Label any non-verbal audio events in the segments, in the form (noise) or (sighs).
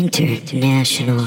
International.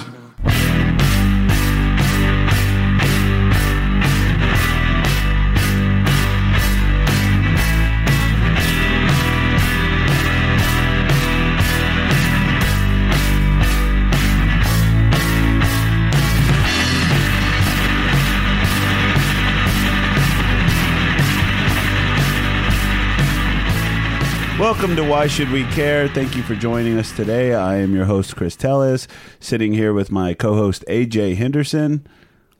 Welcome to Why Should We Care? Thank you for joining us today. I am your host, Chris Tellis, sitting here with my co host, AJ Henderson.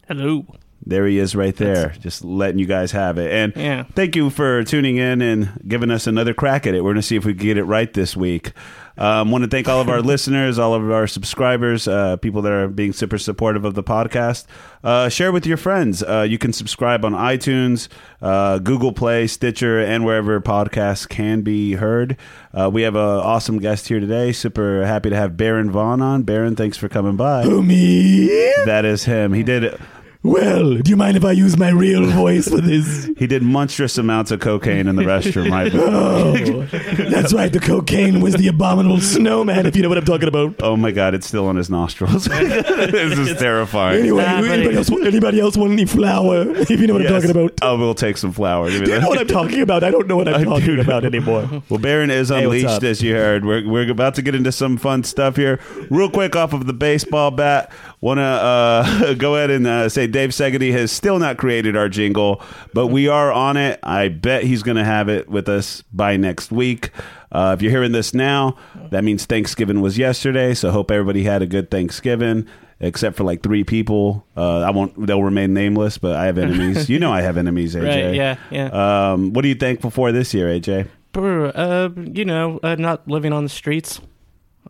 Hello. There he is right there, just letting you guys have it. And Yeah. thank you for tuning in and giving us another crack at it. We're going to see if we can get it right this week. Um, want to thank all of our listeners, all of our subscribers, uh, people that are being super supportive of the podcast. Uh, share with your friends. Uh, you can subscribe on iTunes, uh, Google Play, Stitcher, and wherever podcasts can be heard. Uh, we have an awesome guest here today. Super happy to have Baron Vaughn on. Baron, thanks for coming by. (gasps) me? That is him. He did Well, do you mind if I use my real voice for this? He did monstrous amounts of cocaine in the restroom (laughs) right before. Oh, that's right. The cocaine was the abominable snowman, if you know what I'm talking about. Oh my god, it's still on his nostrils. (laughs) this is terrifying. Anyway, Ah, anybody buddy. else, want- anybody else want any flour, if you know what I'm Yes. talking about? Oh, we'll take some flour. Give me Do you know what that. I'm talking about? I don't know what I'm talking about anymore. Well, Baron is what's unleashed, up? as you heard. We're, we're about to get into some fun stuff here. Real quick, off of the baseball bat, want to uh, (laughs) go ahead and uh, say Dave Segedy has still not created our jingle, but we are on it. I bet he's going to have it with us by next week. Uh, if you're hearing this now, that means Thanksgiving was yesterday. So hope everybody had a good Thanksgiving, except for like three people. Uh, I won't; they'll remain nameless. But I have enemies. you know, I have enemies, AJ. (laughs) Right, yeah, yeah. Um, what are you thankful for this year, AJ? Brr, uh, you know, uh, not living on the streets.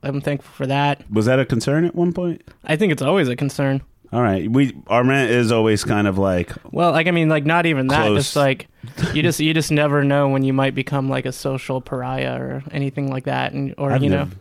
I'm thankful for that. Was that a concern at one point? I think it's always a concern. All right, we our rent is always kind of like Well, like I mean, like not even that. Close. Just like you just (laughs) you just never know when you might become like a social pariah or anything like that, and or I've you know, never,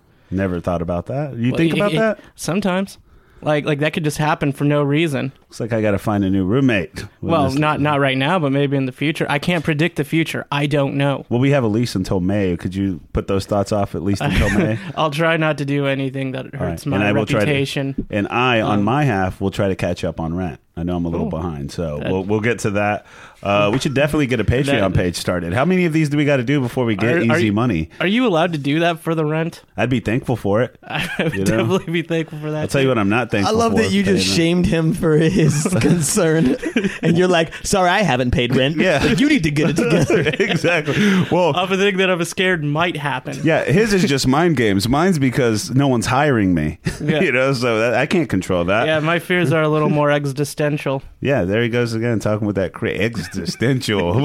never thought about that. You Well, think it- about it- that? sometimes, like like that could just happen for no reason. Looks like I got to find a new roommate. when well, this- not not right now, but maybe in the future. I can't predict the future. I don't know. Well, we have a lease until May. Could you put those thoughts off at least until (laughs) May? I'll try not to do anything that All right, hurts and my I will try to- reputation. and I, on Um, my half, will try to catch up on rent. I know I'm a little Cool. behind, so That- we'll, we'll get to that. Uh, we should definitely get a Patreon (laughs) That- page started. How many of these do we got to do before we get Are- are easy you- money? Are you allowed to do that for the rent? I'd be thankful for it. (laughs) I would You know? definitely be thankful for that. I'll tell you what I'm not I thankful. love for, that you just Peyton. shamed him for his concern, and you're like, "Sorry, I haven't paid rent. Yeah. Like, you need to get (laughs) it together." exactly. Well, Of a thing that I was scared might happen. Yeah, his is just mind games. Mine's because no one's hiring me. (laughs) Yeah. you know, so that, I can't control that. Yeah, Yeah. my fears are a little more existential. there he goes again talking with that cra- existential. (laughs)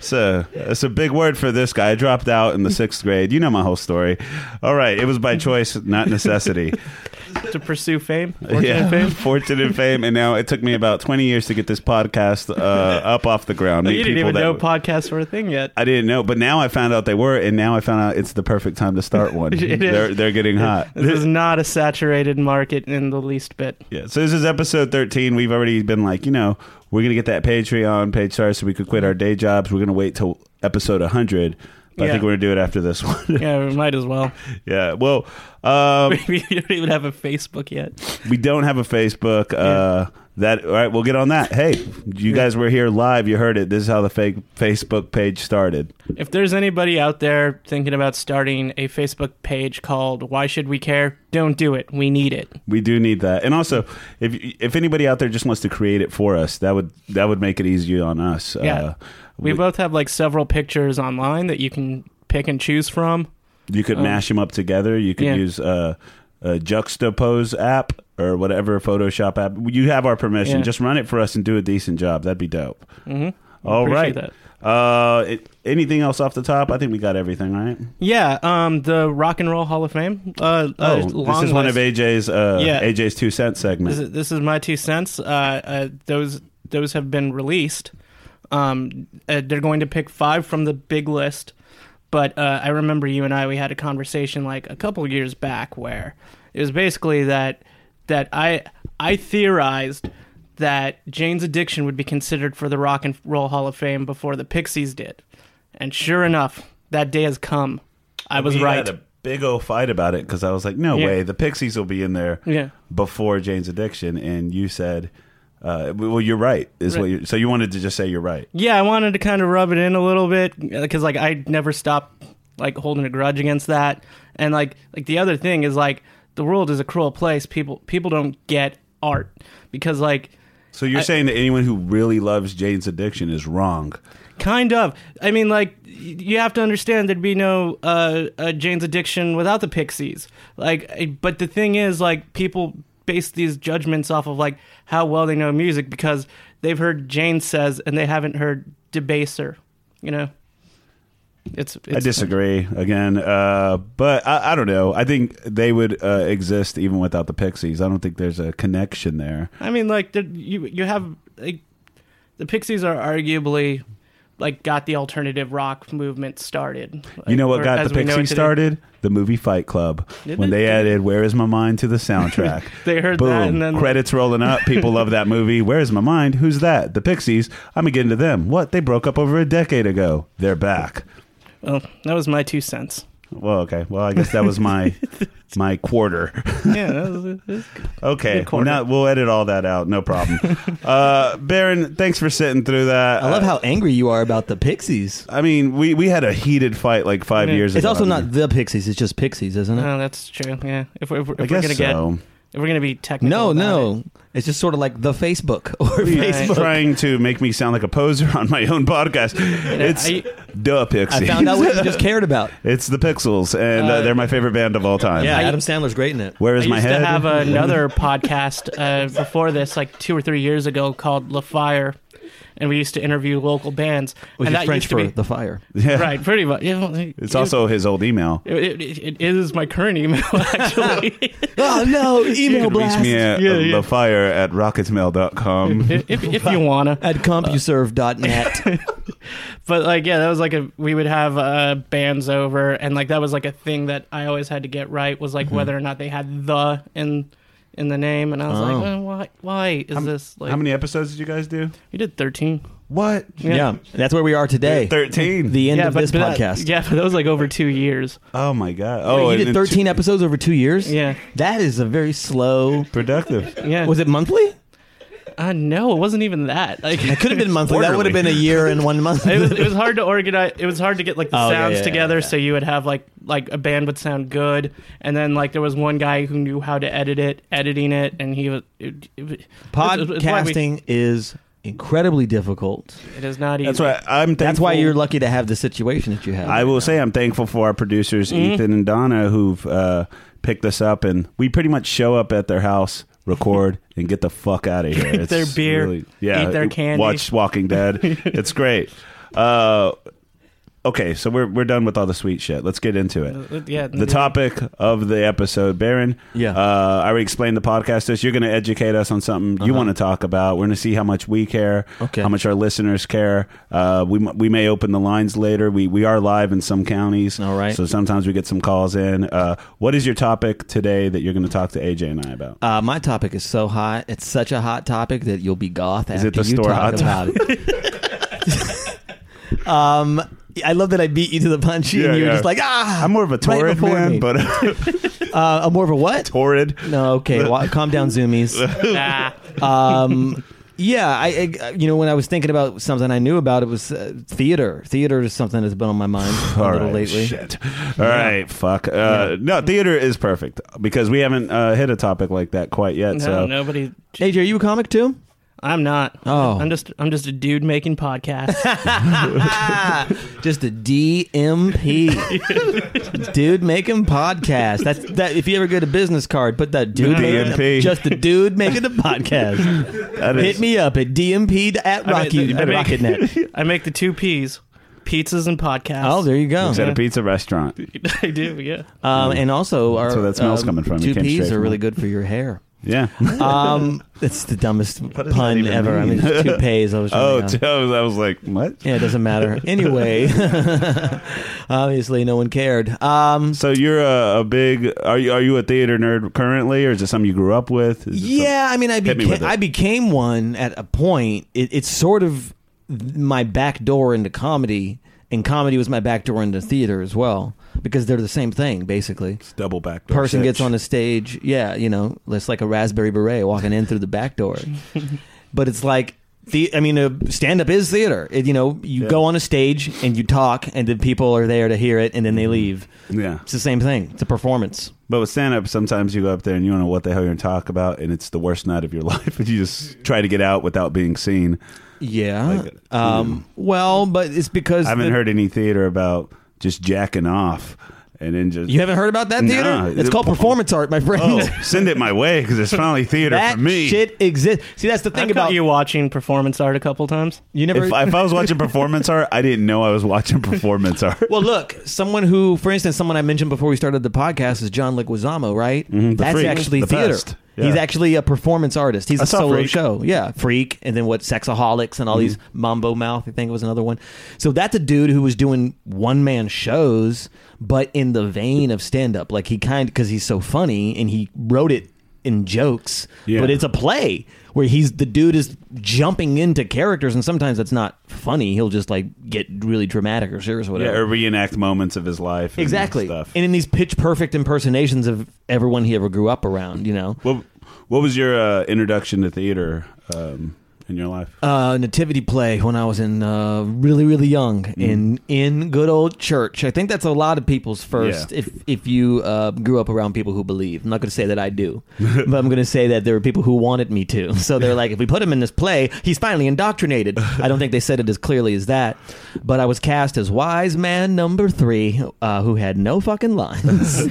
so it's a big word for this guy. I dropped out in the sixth grade. You know my whole story. All right, it was by choice, not necessity. To pursue fame, (laughs) (laughs) fortune yeah, and fame. fortune and fame. And now it took me about twenty years to get this podcast uh, (laughs) up off the ground. You Meet didn't people even that know would- podcasts were a thing yet. I didn't know, but now I found out they were, and now I found out it's the perfect time to start one. (laughs) It is. they're they're getting hot. (laughs) This is not a saturated market in the least bit. Yeah. So this is episode 13. We've already been like, you know, we're going to get that Patreon page started so we could quit our day jobs. We're going to wait till episode 100. But I Yeah. think we're going to do it after this one. Yeah, we might as well. (laughs) yeah. Well, (laughs) um, Maybe you don't even have a Facebook yet. we don't have a Facebook. Uh, that all right, we'll get on that. Hey, you guys were here live. You heard it. This is how the fake Facebook page started. If there's anybody out there thinking about starting a Facebook page called Why Should We Care? Don't do it. We need it. We do need that. And also, if if anybody out there just wants to create it for us, that would that would make it easier on us. Uh, Yeah. We, we- both have like several pictures online that you can pick and choose from. You could Um, mash them up together. You could yeah. use uh, a juxtapose app or whatever Photoshop app. You have our permission. Yeah. Just run it for us and do a decent job. That'd be dope. Mm-hmm. All right. Appreciate Uh, it, anything else off the top? I think we got everything right. Yeah, um, the Rock and Roll Hall of Fame. Uh, Oh, uh, this is long one of list. AJ's uh, Yeah. AJ's two cent This segment. is, this is my two cents. Uh, uh, those those have been released. Um, uh, they're going to pick five from the big list. But uh, I remember you and I we had a conversation like a couple years back where it was basically that that I I theorized that Jane's Addiction would be considered for the Rock and Roll Hall of Fame before the Pixies did, and sure enough, that day has come. I was We right. had a big old fight about it because I was like, no Yeah. way, the Pixies will be in there Yeah. before Jane's Addiction, and you said, uh, well, you're right. Is what Right. you so you wanted to just say you're right. Yeah, I wanted to kind of rub it in a little bit because like I never stopped like holding a grudge against that, and like like the other thing is like the world is a cruel place. People people don't get art because like So you're I- saying that anyone who really loves Jane's Addiction is wrong. kind of. I mean like y- you have to understand there'd be no uh, uh Jane's Addiction without the Pixies. Like, I- but the thing is like people base these judgments off of like how well they know music because they've heard Jane says and they haven't heard Debaser. You know. It's, it's I disagree again, uh, but I, I don't know. I think they would uh, exist even without the Pixies. I don't think there's a connection there. I mean, like the, you you have like the Pixies are arguably like got the alternative rock movement started. you know Like, what or got as the we know it Pixies today. started? The movie Fight Club. Did When it? they added "Where Is My Mind" to the soundtrack, (laughs) They heard boom, that and then- credits rolling up. People love that movie. "Where Is My Mind"? Who's that? The Pixies. I'm gonna get into them. What? They broke up over a decade ago. They're back. Well, Oh, that was my two cents. Well, okay. Well, I guess that was (laughs) my my quarter. Yeah, that was, that was good. Okay, Good we're quarter. not, we'll edit all that out. No (laughs) problem. uh, Baron, thanks for sitting through that. I love Uh, how angry you are about the Pixies. I mean, we, we had a heated fight like five Yeah. years It's ago. also not the Pixies. It's just Pixies, isn't it? no, Oh, that's true. Yeah, if we're if, we're- I if we're guess gonna get so. if we're gonna be technical, no, about no. It's just sort of like the Facebook (laughs) or Right. (laughs) Facebook. Trying to make me sound like a poser on my own podcast. it, you know, It's I- duh Pixies. I found out what you just cared about. it's the Pixels, and uh, Uh, they're my favorite band of all time. Yeah, I- Adam Sandler's great in it. Where is I my used head? (laughs) to have another podcast uh, before this, like two or three years ago, called La Fire, and we used to interview local bands. Which and is that French used to for be the fire. Yeah. right, pretty much. Yeah, well, It's it- also his old email. It, it, it is my current email, (laughs) (laughs) actually. (laughs) Oh no, You email can reach blast me at Yeah, yeah. thefire at rocketmail.com. (laughs) if, if, if you wanna. at CompuServe.net. But like, yeah, that was like a we would have uh, bands over, and like that was like a thing that I always had to get right was like Mm-hmm. whether or not they had the in in the name, and I was Oh. like, well, why? Why is this like? How many episodes did you guys do? We did thirteen. What? yeah. that's where we are today. 13. The end yeah, of but, this but that- podcast. yeah, but that was like over two years. oh, my God. Oh, you did and it's 13 episodes over two years. Yeah, that is a very slow. Productive. (laughs) yeah. Was it monthly? I know it wasn't even that. Like, It (laughs) could have been monthly. That Quarterly. would have been a year and one month. (laughs) it was, it was hard to organize. It was hard to get like the Oh, yeah, sounds yeah, together. yeah, yeah. So you would have like like a band would sound good, and then like there was one guy who knew how to edit it, editing it, and he was it, it- it's- it's why we- Podcasting is incredibly difficult. It is not easy. That's why I'm thankful. That's why you're lucky to have the situation that you have. I will say I'm thankful for our producers Mm-hmm. Ethan and Donna who've uh, picked us up, and we pretty much show up at their house, (laughs) record, and get the fuck out of here. Drink their beer, yeah, eat their candy. watch Walking Dead. it's great. Uh, okay, so we're we're done with all the sweet shit. Let's get into it. Uh, yeah, The topic of the episode, Baron. Mm-hmm. Yeah. Uh, I already explained the podcast to us. You're going to educate us on something you Uh-huh. want to talk about. We're going to see how much we care, Okay. how much our listeners care. Uh, we, m- we may open the lines later. We, we are live in some counties. All right. So sometimes we get some calls in. Uh, what is your topic today that you're going to talk to AJ and I about? Uh, my topic is so hot. It's such a hot topic that you'll be goth Is after it the you store talk hot about it. (laughs) um, I love that I beat you to the punch, Yeah, and you were yeah. just like, ah. I'm more of a right torrid before man, me. but (laughs) (laughs) uh, I'm more of a what? torrid. No, okay, well, calm down, zoomies. (laughs) nah. um, yeah, I, I you know when I was thinking about something I knew about it was uh, theater. Theater is something that's been on my mind a All little right, lately. shit. All right, fuck. Uh, No, theater is perfect because we haven't uh, hit a topic like that quite yet. (laughs) No, so nobody. AJ, are you a comic too? I'm not. Oh. I'm just. I'm just a dude (laughs) making podcasts. Ah. Just a DMP, dude making podcast. That's that. If you ever get a business card, put that dude. making- DMP. Just a dude making a (laughs) podcast. that is- Hit me up at DMP at I Rocky make- I at make- Rocketnet. I make the two P's, pizzas and podcasts. Oh, there you go. It's at a pizza restaurant. (laughs) I do. Yeah. Um, and also, our That's where that smell's um, coming from. You Two came straight peas are from really it. good for (laughs) your hair. (laughs) Yeah. Um, it's the dumbest does that pun even ever. I mean, mean? it's (laughs) toupees. I was Oh, running on. t- I was- I was like, what? yeah, it (laughs) doesn't matter. Anyway, (laughs) obviously, no one cared. Um, So you're a, a big are you are you a theater nerd currently, or is it something you grew up with? Is it yeah, I mean, I Hit me with became it. I became one at a point. It, it's sort of my back door into comedy, and comedy was my back door into theater as well. because they're the same thing basically. It's double backdoor. Person sex. gets on a stage, yeah, you know, it's like a raspberry beret walking in through the (laughs) back door. but it's like the I mean, uh, stand up is theater. It, you know, you Yeah. go on a stage and you talk, and then people are there to hear it, and then they Mm-hmm. leave. Yeah. It's the same thing. It's a performance. But with stand up, sometimes you go up there and you don't know what the hell you're going to talk about, and it's the worst night of your (laughs) life. And you just try to get out without being seen. Yeah. Like, um, Well, but it's because I haven't the- heard any theater about just jacking off and then just. You haven't heard about that theater? Nah. it's called performance art, my friend. (laughs) Oh, (laughs) send it my way because it's finally theater that for me. shit exists. See, that's the thing I've about got you watching performance art a couple times. You never. If, if I was watching performance art, I didn't know I was watching (laughs) performance art. (laughs) well, look, someone who, for instance, someone I mentioned before we started the podcast is John Leguizamo, right? Mhm, the That's freak, actually the theater. best. Yeah. He's actually a performance artist. He's I a saw solo Freak. show. Yeah, Mm-hmm. Freak, and then what? Sexaholics and all these Mambo Mouth. I think was another one. So that's a dude who was doing one man shows, but in the vein of stand up. Like he kind because he's so funny and he wrote it in jokes, Yeah. but it's a play where he's the dude is jumping into characters and sometimes that's not funny. He'll just like get really dramatic or serious or yeah, whatever. or reenact moments of his life. and Exactly. Stuff. And in these pitch perfect impersonations of everyone he ever grew up around, you know. what What was your uh, introduction to theater um, in your life? Uh, nativity play when I was in uh, really really young Mm. in in good old church. I think that's a lot of people's first. Yeah. If if you uh, grew up around people who believe, I'm not going to say that (laughs) I do, but I'm going to say that there were people who wanted me to. (laughs) So they're like, if we put him in this play, he's finally indoctrinated. I don't think they said it as clearly as that, but I was cast as wise man number three uh, who had no (laughs) fucking lines.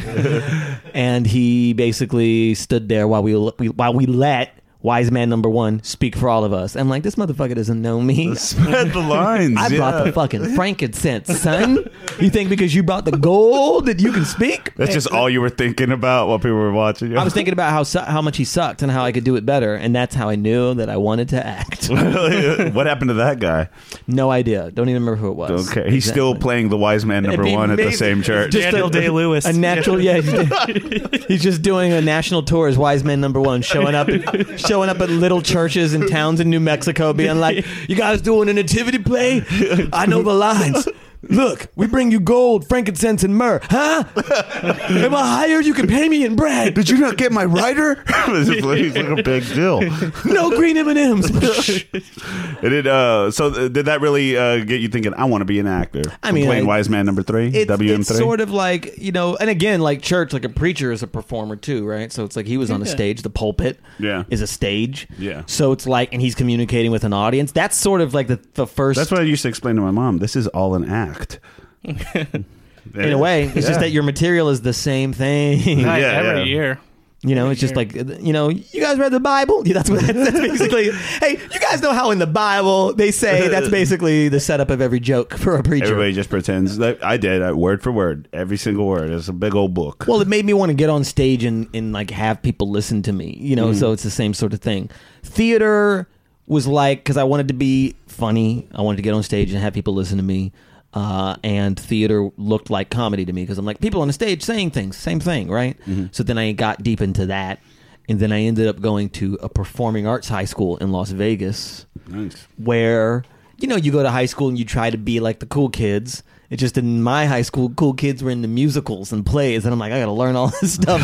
and he basically stood there while we, we while we let wise man number one speak for all of us. I'm like, this motherfucker doesn't know (laughs) me. Spread the lines. I brought yeah. the (laughs) fucking frankincense, son. you think because you brought the gold that you can speak? That's just all you were thinking about while people were watching you. I was thinking about how su- how much he sucked and how I could do it better, and that's how I knew that I wanted to (laughs) act. what happened to that guy? No idea. Don't even remember who it was. Okay, he's still Exactly. playing the wise man number It'd be one at the amazing. same church. Just Daniel a- Day Lewis. A natural, yeah. He's, he's just doing a national tour as Wise Man Number One, showing up, showing up at little churches and towns in New Mexico, being like, "You guys doing a nativity play? I know the lines. Look, we bring you gold, frankincense, and myrrh. Huh? Am I hired? You can pay me in bread. Did you not get my writer? (laughs) It's like it's like a big (laughs) deal. No green M and M's. It did, uh, so uh, did that really uh, get you thinking? I want to be an actor. I mean, playing I- wise man number three, It's, WM it's three. sort of like you know, and again, like church, like a preacher is a performer too, right? So it's like he was on a Yeah. stage. The pulpit, Yeah. is a stage. Yeah. So it's like, and he's communicating with an audience. That's sort of like the the first. That's what I used to explain to my mom. This is all an (laughs) act. in a way, it's just that your material is the same thing. (laughs) Not Yeah, every yeah. year. You know, it's just like you know, you guys read the Bible. (laughs) Yeah, that's what that's basically. hey, you guys know how in the Bible they say (laughs) that's basically the setup of every joke for a preacher. Everybody just pretends. Like I did, I, word for word, every single word. It's a big old book. Well, it made me want to get on stage and, and like have people listen to me, you know. So it's the same sort of thing. Theater was like because I wanted to be funny. I wanted to get on stage and have people listen to me. Uh, and theater looked like comedy to me because I'm like people on a stage saying things, same thing, right? So then I got deep into that, and then I ended up going to a performing arts high school in Las Vegas nice. where you know you go to high school and you try to be like the cool kids. It's just in my high school, cool kids were into musicals and plays, and I'm like, I got to learn all (laughs) this stuff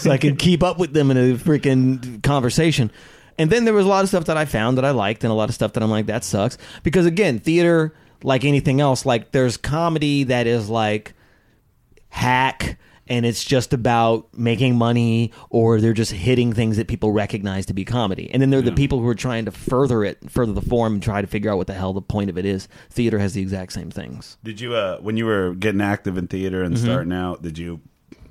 so I can keep up with them in a freaking conversation. And then there was a lot of stuff that I found that I liked, and a lot of stuff that I'm like, that sucks. Because again, theater, like anything else, like there's comedy that is like hack and it's just about making money or they're just hitting things that people recognize to be comedy and then they're the people who are trying to further it further the form and try to figure out what the hell the point of it is theater has the exact same things Did you uh, when you were getting active in theater Mm-hmm. and starting out? Did you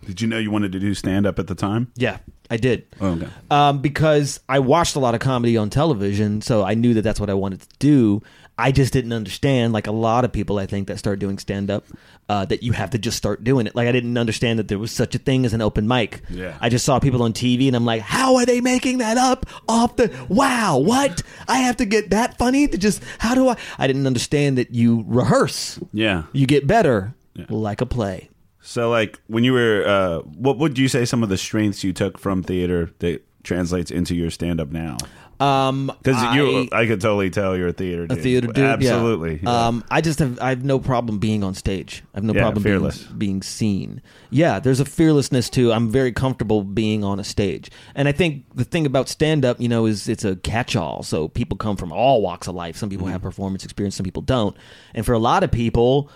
did you know you wanted to do stand up at the time? yeah i did Oh, okay. um, because i watched a lot of comedy on television so i knew that that's what i wanted to do i just didn't understand like a lot of people i think that start doing stand-up uh, that you have to just start doing it like i didn't understand that there was such a thing as an open mic Yeah. i just just saw people on TV and I'm like, how are they making that up off the wow, what? I have to get that funny to just how do I I didn't understand that you rehearse. Yeah. You get better Yeah. like a play. So like when you were, uh, what would you say some of the strengths you took from theater that translates into your stand up now? Um, Because you, I- I could totally tell you're a theater a dude. theater dude. yeah. Absolutely. yeah. Um, I just have I have no problem being on stage. I have no Yeah, problem fearless. being being seen. Yeah, there's a fearlessness to. I'm very comfortable being on a stage, and I think the thing about stand up, you know, is it's a catch all. So people come from all walks of life. Some people have performance experience, some people don't, and for a lot of people.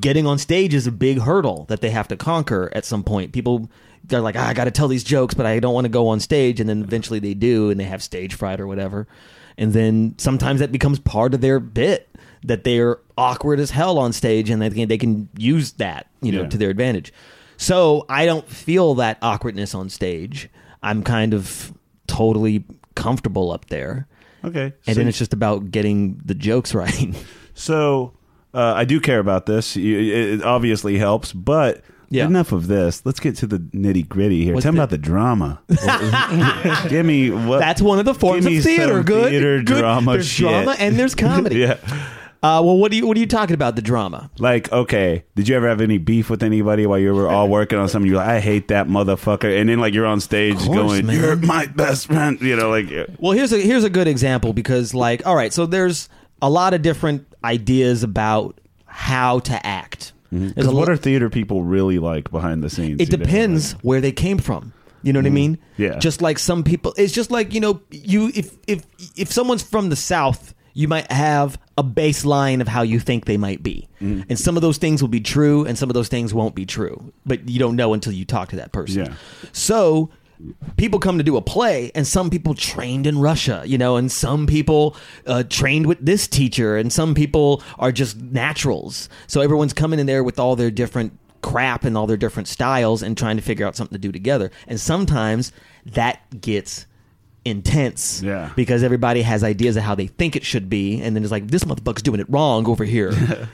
Getting on stage is a big hurdle that they have to conquer at some point. People, they're like, "Ah, I got to tell these jokes, but I don't want to go on stage. And then eventually they do, and they have stage fright or whatever. And then sometimes that becomes part of their bit that they're awkward as hell on stage and they can, they can use that you know Yeah. to their advantage so i don't feel that awkwardness on stage i'm kind of totally comfortable up there okay. so and then it's just about getting the jokes (laughs) right So uh, I do care about this. You- It it obviously helps, but Yeah. enough of this. Let's get to the nitty gritty here. What's Tell me the- about the (laughs) drama. give me what? that's one of the forms give me of theater some good, theater good- drama there's shit. drama (laughs) and there's comedy yeah. uh, well what do you what are you talking about the drama Like, okay, did you ever have any beef with anybody while you were all working on something? You're like, I hate that motherfucker, and then like you're on stage course, going, man. "You're my best friend," you know, like Well, here's a here's a good example because like all right, so there's a lot of different ideas about how to act. Because There's a Mm-hmm. what lo- are theater people really like behind the scenes? it You know? depends where they came from. You know what I mean? Yeah. Just like some people, it's just like you know, you if if if someone's from the south, you might have a baseline of how you think they might be, Mm-hmm. and some of those things will be true, and some of those things won't be true, but you don't know until you talk to that person. Yeah. So people come to do a play, and some people trained in Russia, you know, and some people uh, trained with this teacher, and some people are just naturals. So everyone's coming in there with all their different crap and all their different styles and trying to figure out something to do together. And sometimes that gets intense Yeah. because everybody has ideas of how they think it should be and then it's like this motherfucker's doing it wrong (laughs) over here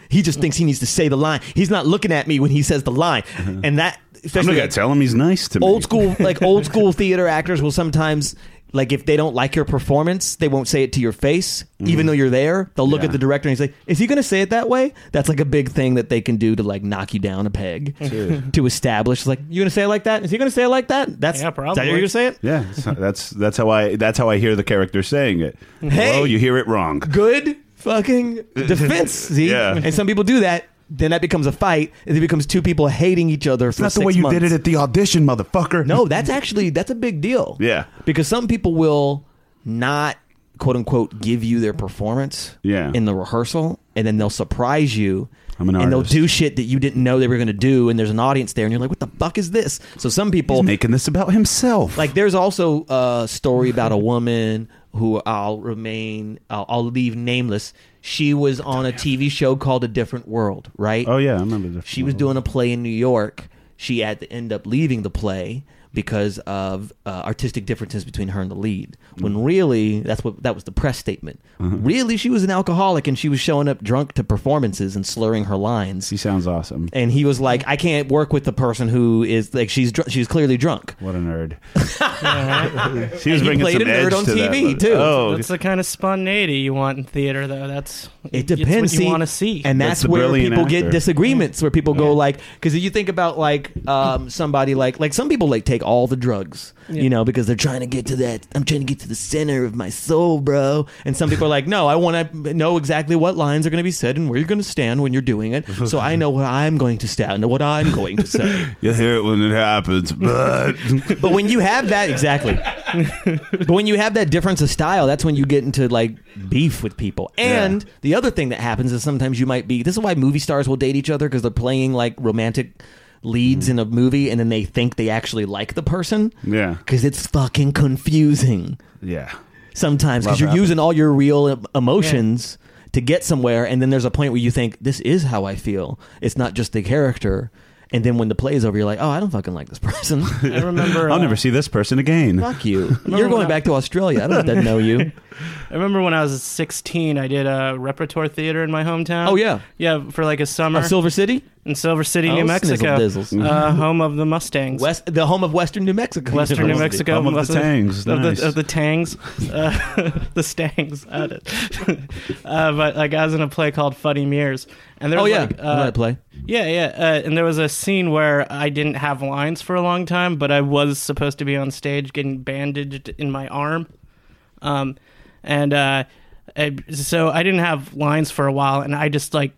he just thinks he needs to say the line he's not looking at me when he says (laughs) the line and that I'm not especially gonna tell him he's nice to me. old school like old school theater actors will sometimes like if they don't like your performance they won't say it to your face even though you're there they'll look Mm-hmm. Yeah. at the director and he's like is he going to say it that way that's like a big thing that they can do to like knock you down a peg (laughs) to establish like you going to say it like that is he going to say it like that that's Yeah, is that how probably. you're going to say it Yeah, so that's that's how I that's how I hear the character saying it. Hey! Hello, you hear it wrong. good (laughs) fucking defense see Yeah. and some people do that then that becomes a fight and it becomes two people hating each other for Not the six way you months. did it at the audition, motherfucker. No, that's actually that's a big deal. Yeah. Because some people will not quote unquote give you their performance Yeah. in the rehearsal and then they'll surprise you I'm an and artist. they'll do shit that you didn't know they were going to do and there's an audience there and you're like what the fuck is this? So some people He's making this about himself. like there's also a story about a woman who I'll remain I'll, I'll leave nameless. She was on a TV show called A Different World, right? oh yeah, I remember this. She was doing a play in New York. She had to end up leaving the play because of uh, artistic differences between her and the lead. When really, that's what that was the press statement. Really, she was an alcoholic and she was showing up drunk to performances and slurring her lines. He sounds awesome. And he was like, "I can't work with the person who is like she's dr- she's clearly drunk." What a nerd. she was he bringing played some a nerd edge on to that. TV too. Oh, That's the kind of spontaneity you want in theater, though. That's It it's depends. what see, you want to see. and That's that's, the where brilliant people get actor. disagreements. Where people go like, because you think about like um, somebody like like some people like take all the drugs, you know, because they're trying to get to that. I'm trying to get to the center of my soul, bro. And some people are like, no, I want to know exactly what lines are going to be said and where you're going to stand when you're doing it, so I know what I'm going to stand and what I'm going to say. you hear it when it (laughs) happens, but But when you have (laughs) that exactly, but when you have that difference of style, that's when you get into like beef with people. And Yeah. the other thing that happens is sometimes you might be. This is why movie stars will date each other because they're playing like romantic Mm-hmm. leads in a movie, and then they think they actually like the person. Yeah. because it's fucking confusing yeah. sometimes Love because you're happens. using all your real em- emotions to get somewhere, and then there's a point where you think this is how I feel. It's not just the character. And then when the play is over, you're like, oh, I don't fucking like this person. (laughs) (laughs) I remember. I'll uh, never see this person again. (laughs) Fuck you. You're going back to Australia. I don't know if they know you. I remember when I was 16, I did a repertoire theater in my hometown. Oh, yeah. yeah, for like a summer Of Silver City, in Silver City, Oh, New Mexico, snizzle dizzles. uh, home of the Mustangs, West, the home of Western New Mexico. Western New University. Mexico, Home of the Western- Tangs. of Nice. the, of the Tangs, uh, (laughs) the Stangs. I don't- (laughs) uh, but like I was in a play called Funny Mirrors, and there (laughs) Oh was yeah, like, I know uh, that play. Yeah, yeah. Uh, and there was a scene where I didn't have lines for a long time, but I was supposed to be on stage getting bandaged in my arm. Um, and uh, I, so I didn't have lines for a while, and I just like.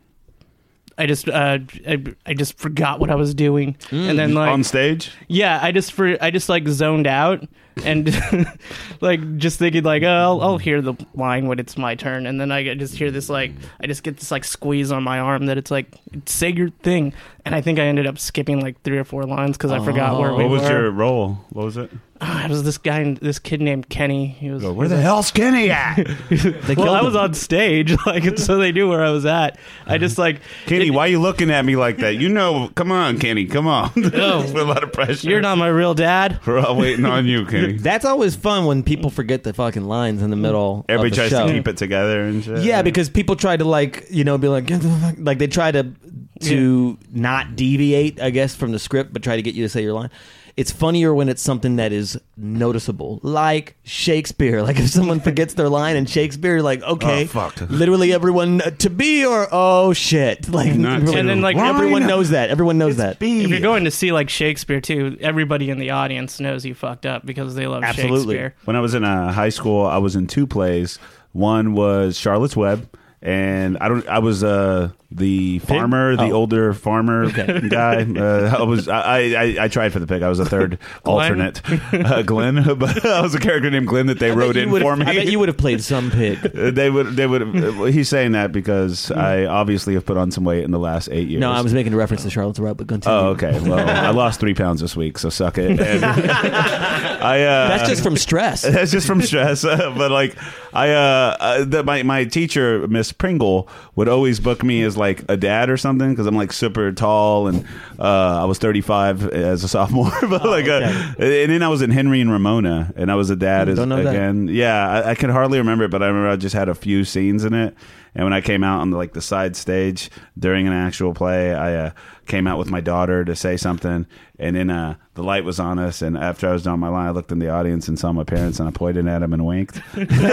I just uh, I, I just forgot what I was doing, Mm. and then like on stage. yeah, I just for I just like zoned out and (laughs) like just thinking like oh, I'll, I'll hear the line when it's my turn, and then I get- just hear this like I just get this like squeeze on my arm that it's like say your thing, and I think I ended up skipping like three or four lines because I forgot where we Oh. What was were. your role? What was it? Ah, (sighs) it was this guy, this kid named Kenny. He was Where the hell's Kenny at? They well, killed I was him. on stage (laughs) like and so they knew where I was at. I just like (laughs) Kenny, it- why are you looking at me like that? You know, come on, Kenny, come on. (laughs) No. With a lot of pressure. You're not my real dad. We're all waiting on (laughs) you, Kenny. That's always fun when people forget the fucking lines in the middle. Everybody of the tries show. to keep it together and shit. Yeah, because people try to like you know be like "Get the fuck-" like they try to to not deviate, I guess, from the script, but try to get you to say your line. It's funnier when it's something that is noticeable, like Shakespeare. (laughs) Like if someone forgets their line in Shakespeare, you're like okay, Oh, fuck. literally everyone uh, to be or oh shit, (laughs) like Not really- And then, like, Line everyone knows that. Everyone knows that. B. If you're going to see like Shakespeare too, everybody in the audience knows you fucked up because they love Absolutely. Shakespeare. When I was in uh, high school, I was in two plays. One was Charlotte's Web, and I don't. I was uh, the farmer, the Oh. older farmer (laughs) guy. Uh, I was. I, I. I tried for the pig. I was a (laughs) third alternate, uh, Glenn. (laughs) But I was a character named Glenn that they I bet wrote you in would've- for me. I bet you would have played some pig. (laughs) Uh, they would. They would. uh, He's saying that because I obviously have put on some weight in the last eight years. Hmm. No, I was making a reference to Charlotte's Web, but continue. Oh, okay. Well, I lost three pounds this week, so suck (laughs) it. And (laughs) I. Uh, That's just (laughs) from stress. that's just from stress. but like, I uh, uh the, my my teacher Miss Pringle would always book me as like a dad or something because I'm like super tall and uh, I was 35 as a (laughs) sophomore. but like, uh, and then I was in Henry and Ramona, and I was a dad as, Don't know that. again. Yeah, I, I can hardly remember it, but I remember I just had a few scenes in it. And when I came out on like the side stage during an actual play, I uh, came out with my daughter to say something, and then uh, the light was on us. And after I was done my line, I looked in the audience and saw my parents, and I pointed at them and (laughs) winked. and, then,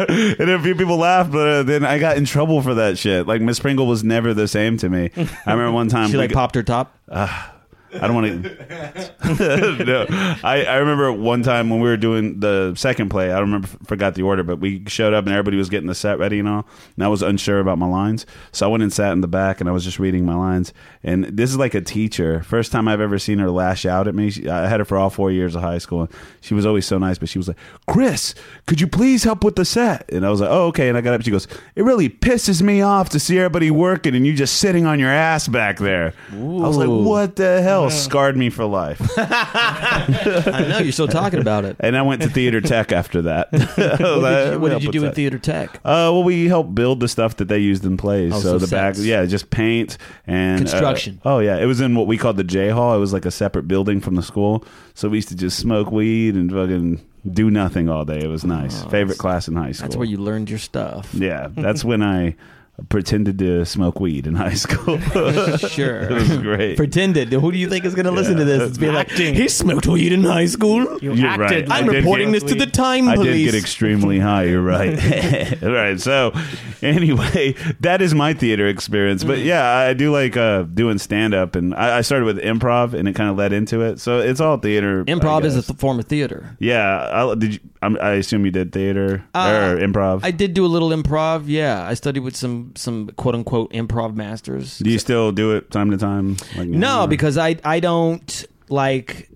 uh, and a few people laughed, but uh, then I got in trouble for that shit. Like Miss Pringle was never the same to me. I remember one time (laughs) She like we- popped her top. I don't want to. (laughs) no, I, I remember one time when we were doing the second play. I remember forgot the order, but we showed up and everybody was getting the set ready and all. And I was unsure about my lines, so I went and sat in the back and I was just reading my lines. And this is like a teacher. First time I've ever seen her lash out at me. She, I had her for all four years of high school. She was always so nice, but she was like, "Chris, could you please help with the set?" And I was like, "Oh, okay." And I got up. She goes, "It really pisses me off to see everybody working and you just sitting on your ass back there." I was like, "What?" Ooh. What the hell scarred me for life? I know you're still talking about it. and I went to theater tech after that. (laughs) What did you, what Yeah, did you but do in Oh, that- theater tech? Uh, well, we helped build the stuff that they used in plays. Oh, so so the back, sets. yeah, just paint and uh, Construction. oh yeah, it was in what we called the J Hall. It was like a separate building from the school. So we used to just smoke weed and fucking do nothing all day. It was nice. Oh, Favorite that's- class in high school. That's where you learned your stuff. Yeah, (laughs) that's when I pretended to smoke weed in high school. (laughs) it (laughs) Sure. was great. Pretended. Who do you think is going to listen to this? It's be like, Acting. he smoked weed in high school. You You're acted. right. I I'm did reporting get- this to the time I police. did get extremely high. You're right. (laughs) All right. So, anyway, (laughs) that is my theater experience. But yeah, I do like uh, doing stand up, and I, I started with improv, and it kind of led into it. So it's all theater. I Improv is a guess. th- form of theater. yeah. I, did you, I'm, I assume you did theater Uh, or improv? I did do a little improv. Yeah, I studied with some some quote unquote improv masters. do you still do it time to time? Like, No, now? because I I don't like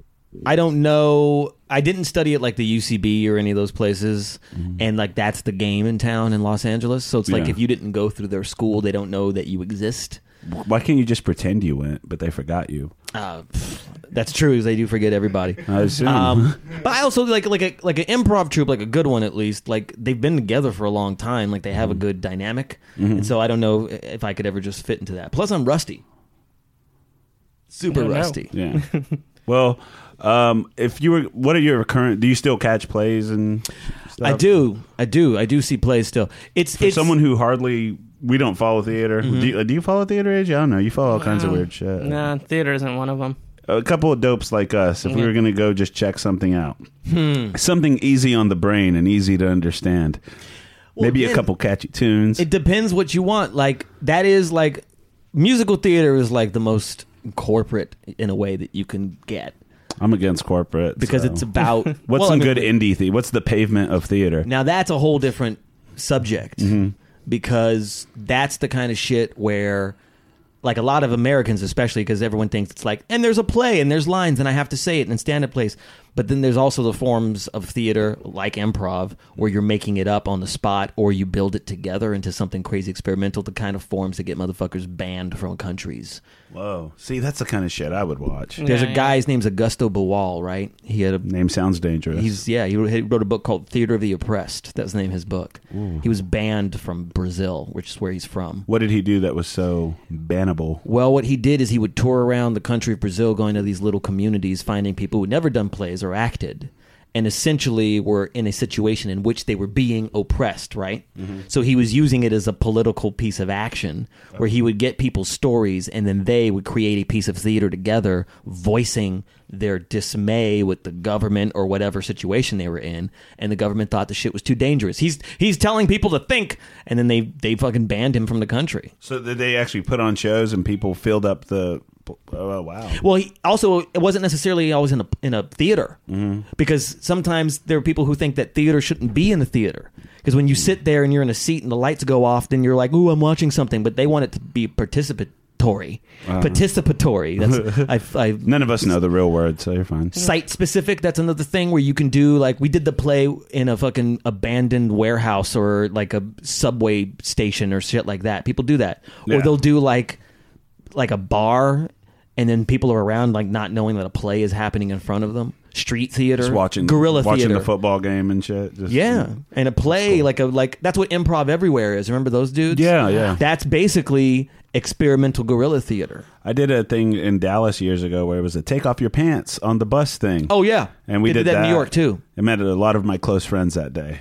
I don't know. I didn't study at like the UCB or any of those places, and like that's the game in town in Los Angeles. So it's like Yeah. if you didn't go through their school, they don't know that you exist. why can't you just pretend you went, but they forgot you? Uh, pff, that's true. Is they do forget everybody. I assume. Um, but I also like like a like an improv troupe, like a good one at least. Like they've been together for a long time. Like they have a good dynamic, and so I don't know if I could ever just fit into that. Plus, I'm rusty, super No, no. rusty. (laughs) (laughs) yeah. well. Um, if you were, what are your current? Do you still catch plays and stuff? I do, I do, I do see plays still. It's For it's Mm-hmm. someone who hardly we don't follow theater. Do, you, uh, do you follow theater age? I don't know. You follow all kinds of Wow. weird shit. Nah, theater isn't one of them. a couple of dopes like us, if we Mm-hmm. were going to go just check something out, Hmm. something easy on the brain and easy to understand, maybe a then- couple catchy tunes. It depends what you want. Like that is like musical theater is like the most corporate in a way that you can get I'm against corporate because so. it's about (laughs) what's well, I some mean, good indie thing. What's the pavement of theater? Now that's a whole different subject because that's the kind of shit where like a lot of Americans especially because everyone thinks it's like and there's a play and there's lines and I have to say it and stand up plays but then there's also the forms of theater like improv where you're making it up on the spot or you build it together into something crazy experimental the kind of forms that get motherfuckers banned from countries Whoa, see, that's the kind of shit I would watch. there's Yeah, a yeah. guy his name's Augusto Bawal right he had a Name sounds dangerous. He's yeah. He wrote, he wrote a book called Theater of the Oppressed. That was the name of his book. He was banned from Brazil, which is where he's from. what did he do that was so bannable? Well, what he did is he would tour around the country of Brazil, going to these little communities, finding people who'd never done plays or acted, and essentially were in a situation in which they were being oppressed. Right. So he was using it as a political piece of action, where he would get people's stories, and then they would create a piece of theater together, voicing their dismay with the government or whatever situation they were in, and the government thought the shit was too dangerous. He's he's telling people to think, and then they they fucking banned him from the country. So that they actually put on shows and people filled up the. Oh wow! Well, he also it wasn't necessarily always in a in a theater because sometimes there are people who think that theater shouldn't be in the theater because when you sit there and you're in a seat and the lights go off, then you're like, "Ooh, I'm watching something," but they want it to be participatory. Participatory. That's I, I None of us know the real word, so you're fine. site specific that's another thing where you can do like we did the play in a fucking abandoned warehouse or like a subway station or shit like that people do that Yeah. or they'll do like like a bar and then people are around like not knowing that a play is happening in front of them street theater Just watching guerrilla watching theater the football game and shit. Just, yeah and a play like a like that's what improv everywhere is remember those dudes Yeah, yeah. that's basically experimental guerrilla theater I did a thing in Dallas years ago where it was a take off your pants on the bus thing. oh yeah and we They did, that, in new york too I met a lot of my close friends that (laughs) day.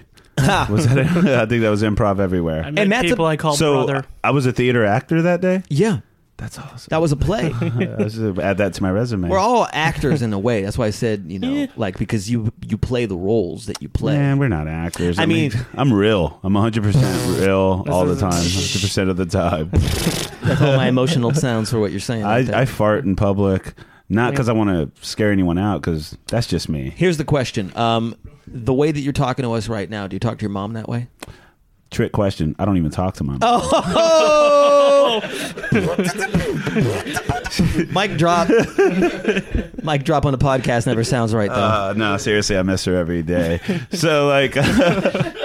was that? (laughs) I think that was improv I everywhere. met that's a- people I call So brother. I was a theater actor that day. yeah That's awesome. that was a (laughs) (laughs) play I should add that to my resume. We're all actors in a way. That's why I said, you know, Yeah. like because you you play the roles that you play. Man, we're not actors. I, I mean, mean- (laughs) I'm real. I'm 100% (laughs) real all the is- time, 100% of the time. That's all my emotional (laughs) sounds for what you're saying. I, like that. I fart in public, not because I want to scare anyone out, because that's just me. Here's the question: um, the way that you're talking to us right now, do you talk to your mom that way? Trick question. I don't even talk to my mom. Oh. Oh! (laughs) Mic (laughs) drop. Mic drop on the podcast never sounds right though. Uh, no, seriously, I miss her every (laughs) day. so, like, (laughs)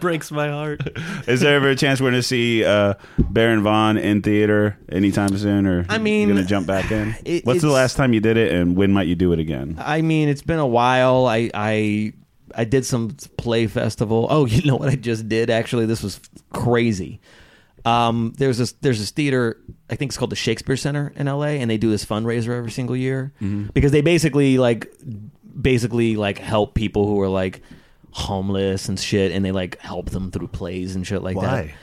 Breaks my heart. Is there ever a chance we're going to see uh, Baron Vaughn in theater anytime soon, or I mean, going to jump back in? (sighs) it- What's the it's- last time you did it, and when might you do it again? I mean, it's been a while. I I I did some play festival. (laughs) Oh, you know what I just did? Actually, this was crazy. Um, there's this there's this theater I think it's called the Shakespeare Center in L.A. and they do this fundraiser every single year because they basically like basically like help people who are like homeless and shit and they like help them through plays and shit like that Why?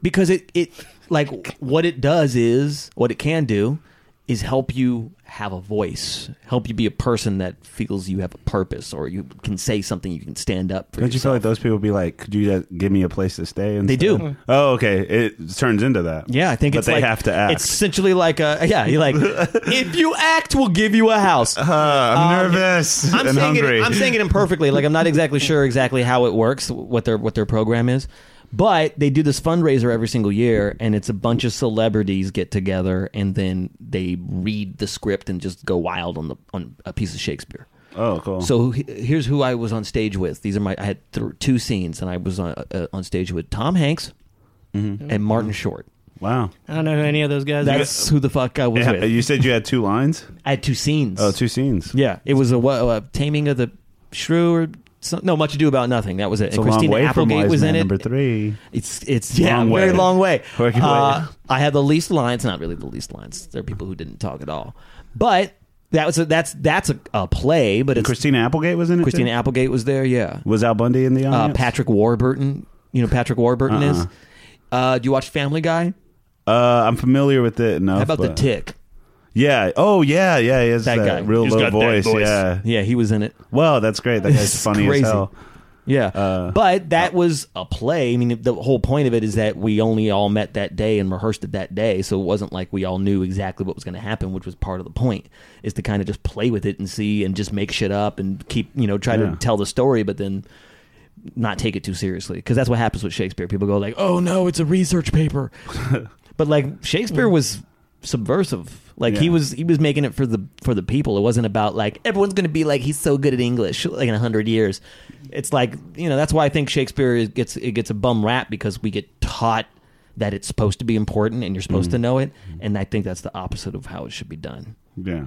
because it it like what it does is what it can do is help you have a voice, help you be a person that feels you have a purpose or you can say something you can stand up for. Don't you feel yourself. like those people be like, "Could you guys give me a place to stay?" And They do. Oh, okay. It turns into that. yeah, I think but it's they like- have to act. It's essentially like a yeah, (laughs) you're like if you act, we'll give you a house. Uh, I'm Um, nervous I'm and saying hungry. It, I'm saying it imperfectly. Like I'm not exactly sure exactly how it works, what their what their program is. But they do this fundraiser every single year, and it's a bunch of celebrities get together, and then they read the script and just go wild on the on a piece of Shakespeare. (laughs) oh, cool. So he- here's who I was on stage with. These are my I had th- two scenes, and I was on uh, on stage with Tom Hanks Mm-hmm. and Martin Short. wow. I don't know who any of those guys are. That's who the fuck I was Yeah, with. you said you had two lines. I had two scenes. Oh, two scenes. Yeah, it was a, what, uh Taming of the Shrew or some, no, Much Ado About Nothing. That was it. It's and a long Christina way from Applegate Wise was Man in it. number three. It's it's yeah, Long very way. long way. (laughs) Working way. Uh, I had the least lines, not really the least lines. There are people who didn't talk at all, but That was a, that's that's a, a play, but it's Christina Applegate was in it. Christina too? Applegate was there. Yeah, was Al Bundy in the uh, audience? Patrick Warburton. You know who Patrick Warburton Uh-uh. is. Uh, do you watch Family Guy? Uh, I'm familiar with it. No, How about the Tick? Yeah. Oh, yeah, yeah. He has That that, guy. real He's low got that voice. voice. Yeah. Yeah, he was in it. Wow, that's great. (laughs) That guy's funny crazy. as hell. Yeah, Uh, but that was a play. I mean, the whole point of it is that we only all met that day and rehearsed it that day, so it wasn't like we all knew exactly what was going to happen, which was part of the point. Is to kind of just play with it and see, and just make shit up and keep you know try Yeah. to tell the story, but then not take it too seriously because that's what happens with Shakespeare. People go like, "Oh no, it's a research paper," but like Shakespeare was subversive. Like he Mm. Yeah. was he was making it for the for the people. It wasn't about like everyone's going to be like he's so good at English like in a hundred years. It's like you know that's why I think Shakespeare is, gets it gets a bum rap because we get taught that it's supposed to be important and you're supposed Mm. to know it. And I think that's the opposite of how it should be done. Yeah.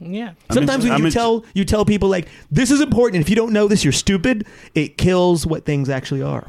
Yeah. I'm Sometimes in- when I'm you in- tell you tell people like this is important, and if you don't know this, you're stupid. It kills what things actually are.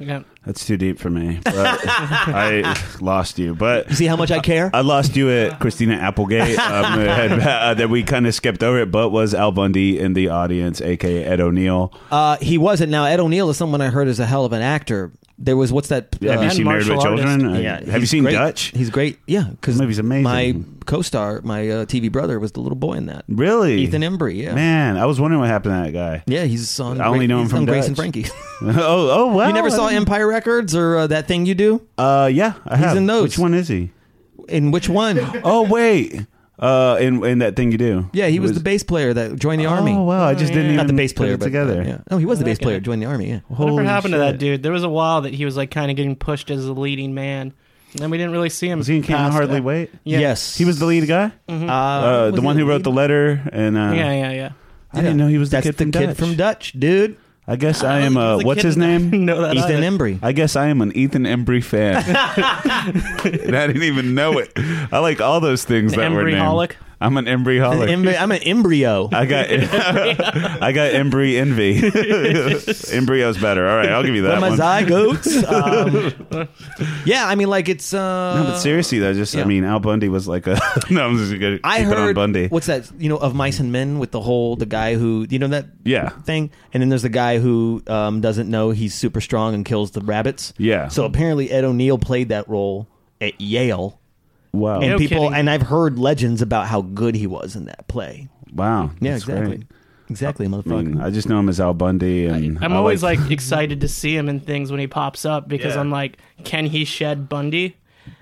yeah. That's too deep for me. (laughs) But I lost you, but You see how much I care? I lost you at Christina Applegate. (laughs) Um, (laughs) had, uh, that we kind of skipped over it, but was Al Bundy in the audience, aka Ed O'Neill? Uh, he wasn't. Now Ed O'Neill is someone I heard is a hell of an actor. There was what's that? Have you uh, seen Married with martial Children? artist. Uh, yeah, Have you he's seen great. Dutch? He's great. Yeah, because That movie's amazing. My co-star, my uh, TV brother, was the little boy in that. Really, Ethan Embry. Yeah, Man, I was wondering what happened to that guy. (laughs) yeah, he's on. I only Gra- know him he's from on Grace and Dutch. Frankie. (laughs) oh, oh wow! you never I saw didn't- Empire Records or uh, that thing you do? Uh, yeah, I have. in those. Which one is he? In (laughs) which one? Oh wait, uh, in in that thing you do. Yeah, he was, the bass player that joined the army. Oh wow, I just Oh, didn't yeah. even Not the bass player, put it but together. yeah. Oh, he was the bass Okay. player. Joined the army. Yeah. Uh, Whatever happened to that shit. dude? There was a while that he was like kind of getting pushed as the leading man, and then we didn't really see him. Was he in Can't past Hardly that. Wait? Yeah. uh, Yes, He was the lead guy, Uh, uh, the was one he who wrote the lead? letter, and uh, Yeah, yeah, yeah. I didn't know he was the That's kid from Dutch. from Dutch, dude. I guess I am. He Uh, was a what's kid his and I didn't (laughs) name? know that Ethan either. Embry. I guess I am an Ethan Embry (laughs) fan. (laughs) and I didn't even know it. I like all those things An that were named. embryholic? I'm an embryholic. Embry- I'm (laughs) an embryo. I got (laughs) I got embry envy. (laughs) Embryo's better. All right, I'll give you that Where my one. (laughs) zygotes. Um, yeah, I mean, like it's. Uh, No, but seriously though, just yeah. I mean, Al Bundy was like a. (laughs) no, I'm just gonna I keep it heard on Bundy. what's that? You know, of mice and men with the whole the guy who you know that Yeah. thing, and then there's the guy who um, doesn't know he's super strong and kills the rabbits. Yeah. So apparently Ed O'Neill played that role at Yale, Wow, and No people kidding. and I've heard legends about how good he was in that play. wow, Yeah, That's exactly, great. exactly, I, motherfucker. mean, I just know him as Al Bundy, and I'm I always like, excited to see him in things when he pops up because Yeah. I'm like, can he shed Bundy?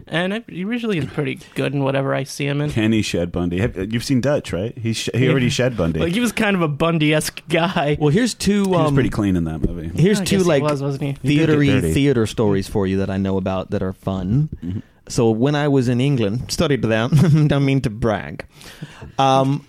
And I, he usually is pretty good in whatever I see him in. Kenny Shed Bundy. Have, you've seen Dutch, right? He sh- he already shed Bundy. Like he was kind of a Bundy-esque guy. well, here's two. he was Um, pretty clean in that movie. Here's I two guess he like was, wasn't he? He did get theatery dirty. Mm-hmm. theater stories for you that I know about that are fun. So when I was in England, studied that. (laughs) don't mean to brag. Um,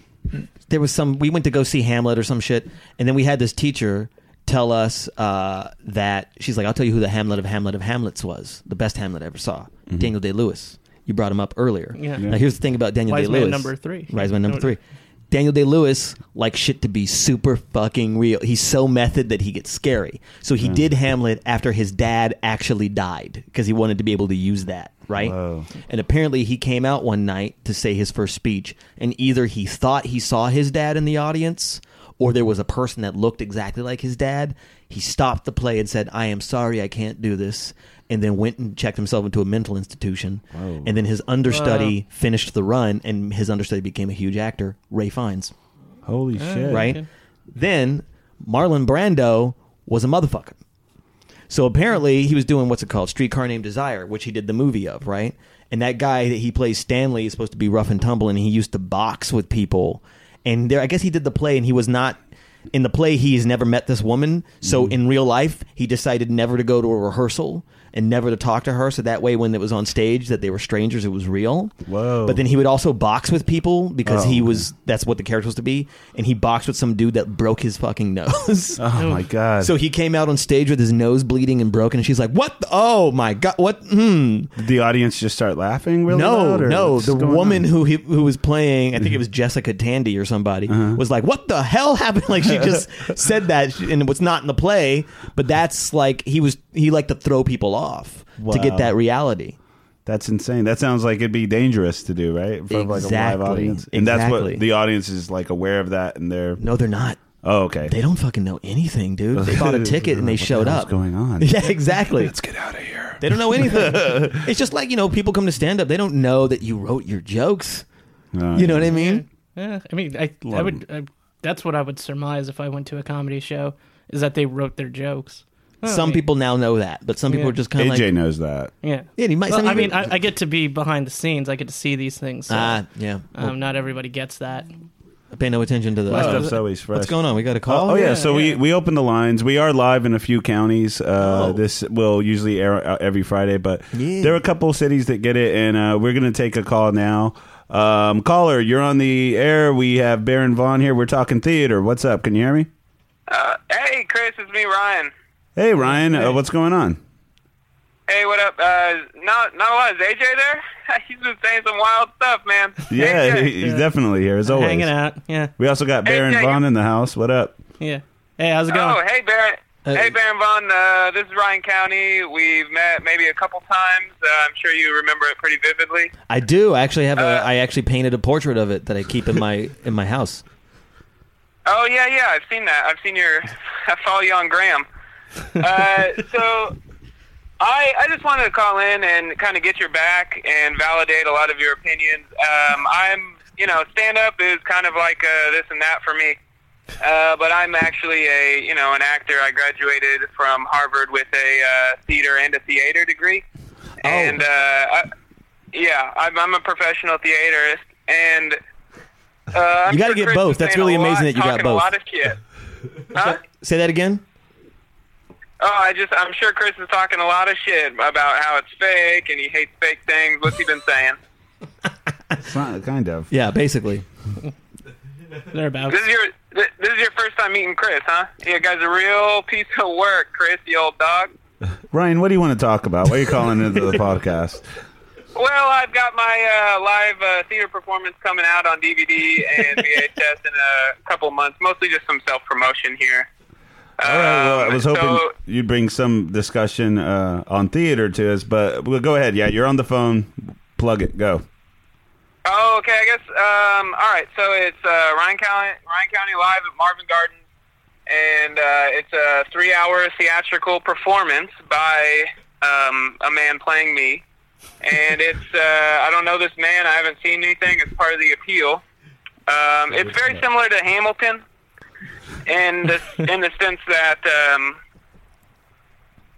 there was some. We went to go see Hamlet or some shit, and then we had this teacher tell us uh, that she's like, "I'll tell you who the Hamlet of Hamlet of Hamlets was, the best Hamlet I ever saw, Mm-hmm. Daniel Day Lewis." You brought him up earlier. Yeah. Now here's the thing about Daniel Wise Day man Lewis. number three. Wise man number three. Daniel Day Lewis likes shit to be super fucking real. He's so method that he gets scary. So he did Hamlet after his dad actually died because he wanted to be able to use that, right? Whoa. And apparently he came out one night to say his first speech, and either he thought he saw his dad in the audience or there was a person that looked exactly like his dad. He stopped the play and said, I am sorry, I can't do this. And then went and checked himself into a mental institution. And then his understudy finished the run, and his understudy became a huge actor, Ray Fiennes Holy shit! right? Then Marlon Brando was a motherfucker. So apparently he was doing what's it called, Streetcar Named Desire, which he did the movie of, right? And that guy that he plays Stanley is supposed to be rough and tumble, and he used to box with people. And there, I guess he did the play, and he was not in the play. He's never met this woman, so in real life he decided never to go to a rehearsal and never to talk to her. So that way, when it was on stage, that they were strangers, it was real. Whoa. But then he would also box with people because Oh, he okay. was that's what the character was to be, and he boxed with some dude that broke his fucking nose. (laughs) Oh my god! so he came out on stage with his nose bleeding and broken, and she's like, "What? the- oh my god! What? Hmm. Did the audience just start laughing really No, loud? or no." what's The going woman on? Mm-hmm. who he, who was playing, I think it was Jessica Tandy or somebody, Uh-huh. was like, "What the hell happened?" (laughs) Like (laughs) she just said that, she- and it was not in the play, but that's like he was he liked to throw people off to Wow. get that reality. That's insane. That sounds like it'd be dangerous to do, right? In front of like a live Exactly. audience. And that's Exactly. what the audience is like aware of that and they're No, they're not. Oh, okay. They don't fucking know anything, dude. They (laughs) bought a ticket and they What the showed hell's up. going on? (laughs) Yeah, exactly. Let's get out of here. They don't (laughs) know anything. it's just like, you know, people come to stand up, they don't know that you wrote your jokes. Uh, You know what I mean? Yeah, Eh, I mean, I, I Love would. I, that's what I would surmise if I went to a comedy show is that they wrote their jokes. Well, I Some mean, people now know that, but some people Yeah. are just kind of AJ like, knows that. Yeah. yeah, he might. Well, some I people- mean, I, I get to be behind the scenes. I get to see these things. So, ah, yeah. Well, um, not everybody gets that. pay no attention to the. My uh, stuff's always fresh. what's going on? We got Oh, a call. oh, yeah. yeah, So we yeah. we open the lines. We are live in a few counties. Uh, Oh. This will usually air out every Friday, but Yeah. there are a couple cities that get it, and uh, we're gonna take a call now. Um, caller, you're on the air. We have Baron Vaughn here. We're talking theater. What's up? Can you hear me? Uh, hey, Chris, it's me, Ryan. Hey, Ryan. Uh, what's going on? Hey, what up? Uh, not not a lot. Is AJ there? (laughs) He's been saying some wild stuff, man. (laughs) Yeah, AJ. he- he's definitely here as always. Hanging out. Yeah. We also got Baron yeah, Vaughn in the house. What up? Yeah. Hey, how's it Oh, going? hey, Baron. Hey. Hey, Baron Vaughn. Uh, this is Ryan County. We've met maybe a couple times. Uh, I'm sure you remember it pretty vividly. I do. I actually have a. Uh, I actually painted a portrait of it that I keep in (laughs) my in my house. Oh yeah, yeah. I've seen that. I've seen your. (laughs) I follow you on Graham. Uh, so, I I just wanted to call in and kind of get your back and validate a lot of your opinions. Um, I'm you know stand up is kind of like uh, this and that for me. Uh, but I'm actually a you know an actor. I graduated from Harvard with a uh, theater and a theater degree, Oh. and uh, I, yeah, I'm, I'm a professional theaterist. And uh, I'm You gotta sure get Chris both. is That's saying a really lot, amazing that you got talking both. A lot of shit. Huh? Say that again. Oh, I just I'm sure Chris is talking a lot of shit about how it's fake and he hates fake things. What's he been saying? It's not kind of. Yeah, basically. Thereabouts. This is your th- this is your first time meeting Chris, huh? Yeah, guy's a real piece of work, Chris, you old dog. Ryan, what do you want to talk about? Why are you calling into the podcast? Well, I've got my uh, live uh, theater performance coming out on DVD and VHS in a couple months. Mostly just some self promotion here. All right, well, I was Um, hoping so- you'd bring some discussion uh, on theater to us, but we'll go ahead. Yeah, you're on the phone. Plug it. Go. Oh, okay. I guess. Um, all right. So it's uh, Ryan County, Ryan County Live at Marvin Gardens, and uh, it's a three-hour theatrical performance by um, a man playing me. And it's uh, I don't know this man. I haven't seen anything. It's part of the appeal. Um, it's very similar to Hamilton, in the in the sense that. Um,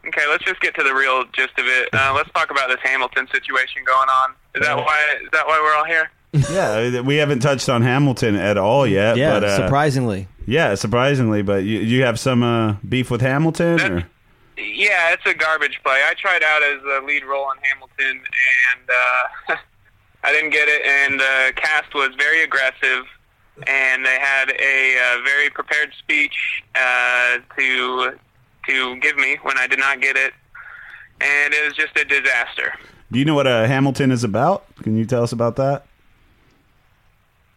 okay, let's just get to the real gist of it. Uh, let's talk about this Hamilton situation going on. Is that why? Is that why we're all here? (laughs) Yeah, Uh, we haven't touched on Hamilton at all yet. Yeah, but, uh, surprisingly. Yeah, surprisingly, but you, you have some uh, beef with Hamilton, or Yeah, it's a garbage play. I tried out as a lead role in Hamilton, and uh, (laughs) I didn't get it. And the cast was very aggressive, and they had a uh, very prepared speech uh, to to give me when I did not get it, and it was just a disaster. do you know what uh, Hamilton is about? Can you tell us about that?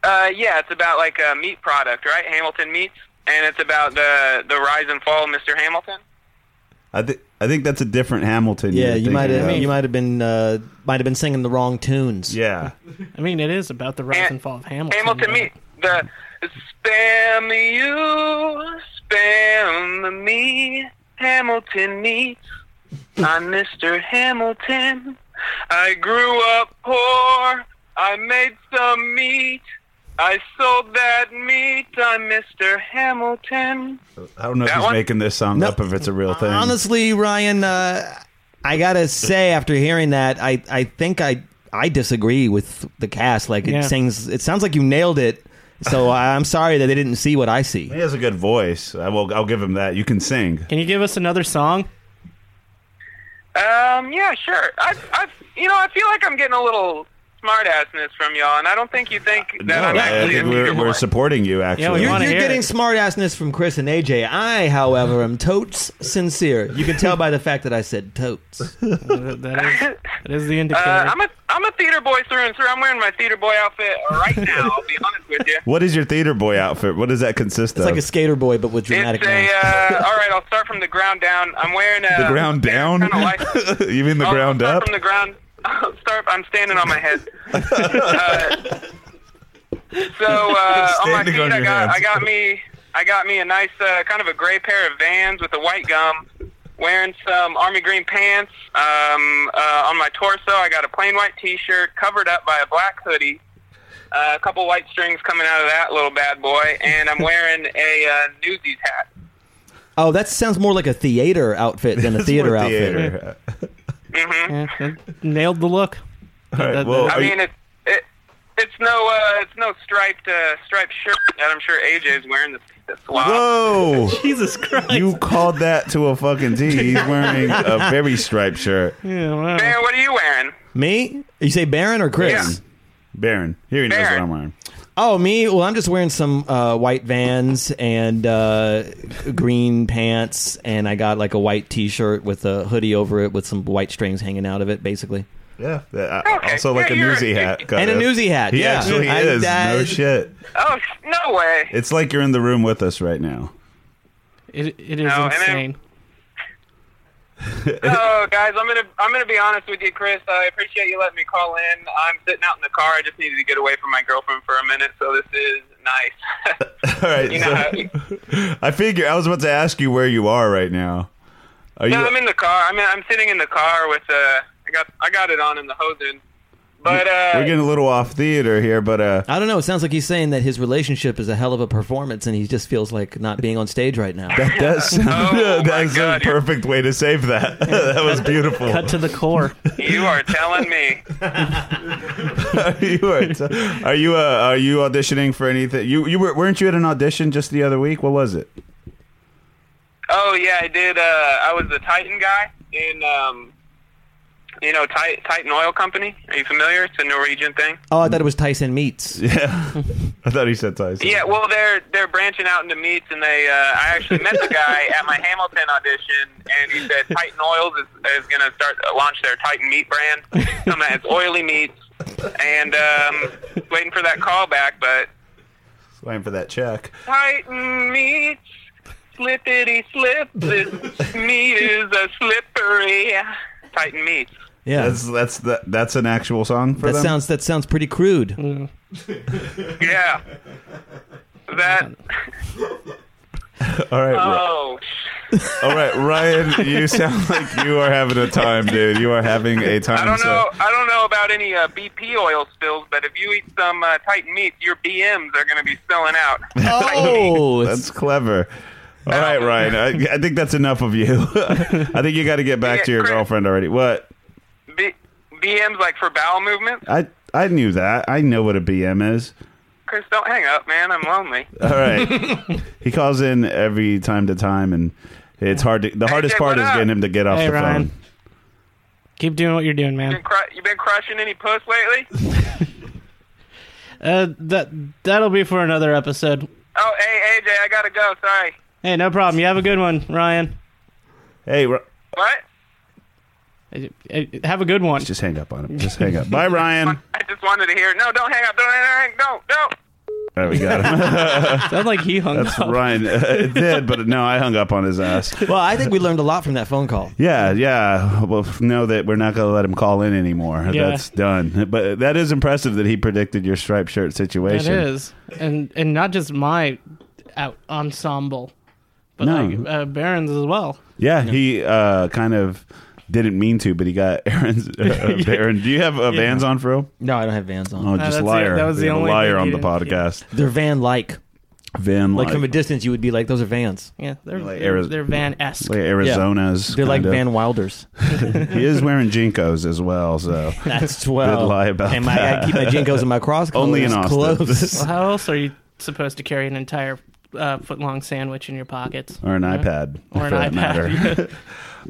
Uh, yeah, it's about like a meat product, right? Hamilton Meats, and it's about the the rise and fall of Mr. Hamilton. I think I think that's a different Hamilton. Yeah, you're you might thinking have of. you might have been uh, might have been singing the wrong tunes. Yeah, I mean, it is about the rise and fall of Hamilton. Hamilton but- Meat, the spam you, spam me, Hamilton Meat. I'm Mr. Hamilton. I grew up poor. I made some meat. I sold that meat. I'm Mr. Hamilton. I don't know if That he's one? making this song No. up if it's a real thing. Honestly, Ryan, uh, I gotta say after hearing that, I, I think I I disagree with the cast. Like it Yeah. sings, it sounds like you nailed it. (laughs) So I'm sorry that they didn't see what I see. he has a good voice. I will. I'll give him that. You can sing. Can you give us another (laughs) song? Um, yeah, sure. I, I, you know, I feel like I'm getting a little smartassness from y'all, and I don't think you think that Uh, No, I'm I, I actually think a we're, leader. we're supporting you. Actually, we You're, wanna you're hear getting it. smart assness from Chris and AJ. I, however, am totes sincere. You can tell by the fact that I said totes. That that is, that is the indicator. Uh, I'm a I'm a theater boy through and through. I'm wearing my theater boy outfit right now. I'll be honest with you. What is your theater boy outfit? What does that consist It's of? like a skater boy, but with dramatic. It's a lines. uh, all right. I'll start from the ground down. I'm wearing a the ground down. Kind of Uh, (laughs) like, you mean the I'll ground Oh, start up? From the ground. (laughs) Oh, Start. I'm standing on my head. (laughs) Uh, so uh, on my Standing feet, on I your got hands. I got me I got me a nice uh, kind of a gray pair of Vans with a white gum. Wearing some army green pants. Um, uh, on my torso, I got a plain white T-shirt covered up by a black hoodie. Uh, a couple white strings coming out of that little bad boy, and I'm wearing a uh, Newsies hat. Oh, that sounds more like a theater outfit (laughs) than a theater outfit. Theater. hmm Nailed the look. All right, That- well, that- I are you- mean, it, it, it's no uh, it's no striped uh, striped shirt that I'm sure AJ's wearing the, the swap. whoa. (laughs) Jesus Christ. You called that to a fucking T. He's wearing a (laughs) very striped shirt. Yeah, wow. Baron, what are you wearing? Me? You say Baron or Chris? Yeah. Baron. Here he knows what Baron. I'm wearing. Oh, me? Well, I'm just wearing some uh, white vans and uh, green pants, and I got like a white T-shirt with a hoodie over it with some white strings hanging out of it, basically. Yeah. Okay. Uh, Also, like Yeah, a you're- newsy hat. cut And a up. newsy hat, He yeah. actually I- is. no I- shit. Oh, no (laughs) way! It's like you're in the room with us right now. (laughs) It, it is No, and then- insane. Oh, guys, I'm gonna I'm gonna be honest with you, Chris. I appreciate you letting me call in. I'm sitting out in the car. I just needed to get away from my girlfriend for a minute, so this is nice. (laughs) All right. you know, how- (laughs) so- I figure I was about to ask you where you are right now. Are you? no, I'm in the car. I'm in, I'm sitting in the car with uh, I got I got it on in the hosen, but uh, we're getting a little off theater here, but uh, I don't know. It sounds like he's saying that his relationship is a hell of a performance, and he just feels like not being on stage right now. (laughs) that does sound, (laughs) Oh, my that's God, a you're- perfect way to save that. (laughs) that was beautiful. Cut to (laughs) the core. you are telling me. (laughs) you are, t- are you uh, are you auditioning for anything? You you were, weren't you at an audition just the other week? What was it? (laughs) Oh yeah, I did. Uh, I was the Titan guy in, um, you know, Ti- Titan Oil Company. Are you familiar? It's a Norwegian thing. Oh, I thought it was Tyson Meats. Yeah, I thought he said Tyson. Yeah, well, they're they're branching out into meats, and they. Uh, I actually met the guy at my Hamilton audition, and he said Titan Oils is, is going to start uh, launch their Titan meat brand. Something that's oily meats, and um, waiting for that call back, but waiting for that check. Titan meats. Slippity slip, this meat is a slippery. Titan meats. Yeah, That's that's the, that's an actual song for that them. sounds that sounds pretty crude. Yeah. That. all right, Ri- Oh. all right, Ryan, you sound like you are having a time, dude. You are having a time. I don't so- know. I don't know about any uh, BP oil spills, but if you eat some uh, Titan meats, your BMs are going to be spilling out. (laughs) Oh, it's- That's clever. All right, Ryan. I, I think that's enough of you. (laughs) I think you got to get back to your Chris. girlfriend already. What? B- BMs like for bowel movements. I I knew that. I know what a BM is. Chris, don't hang up, man. I'm lonely. All (laughs) right. he calls in every time to time, and it's hard. To, the hardest Jake, part what is up? getting him to get off Hey, the Ryan. phone. Keep doing what you're doing, man. Been cru- you been crushing any puss lately? Uh, that that'll be for another episode. Oh, hey AJ, I gotta go. Sorry. Hey, no problem. You have a good one, Ryan. Hey, Ri- What? Uh, uh, Have a good one. just hang up on him. Just hang up. Bye, (laughs) Ryan. I just wanted to hear. No, don't hang up. Don't hang. Don't. Don't. All right, we got him. (laughs) Sounds like he hung up. (laughs) Ryan uh, (laughs) it did, but no, I hung up on his ass. well, I think we learned a lot from that phone call. Yeah, yeah. Well, f- know that we're not going to let him call in anymore. Yeah. That's done. But that is impressive that he predicted your striped shirt It situation. is, and and not just my out ensemble, but No. like uh, Baron's as well. Yeah, he uh, kind of didn't mean to, but he got (laughs) Aaron's. (laughs) Uh, Aaron, do you have uh, Vans on, for real? No, I don't have Vans on. Oh, just Uh, that's it. liar. That was We the have only a liar thing on he the didn't- podcast. They're van-like. Van Like like, from a distance, you would be like, "Those are Vans." Yeah, they're Like they're, Ariz- they're Van esque. like Arizona's. They're like kind of. Van Wilders. (laughs) He is wearing jinkos as well, (laughs) so That's twelve. Good lie about and my, (laughs) I keep my jinkos and my cross colors Only in Austin. (laughs) close. Well, how else are you supposed to carry an entire uh, foot long sandwich in your pockets? or an iPad, Or an for that iPad, matter. (laughs)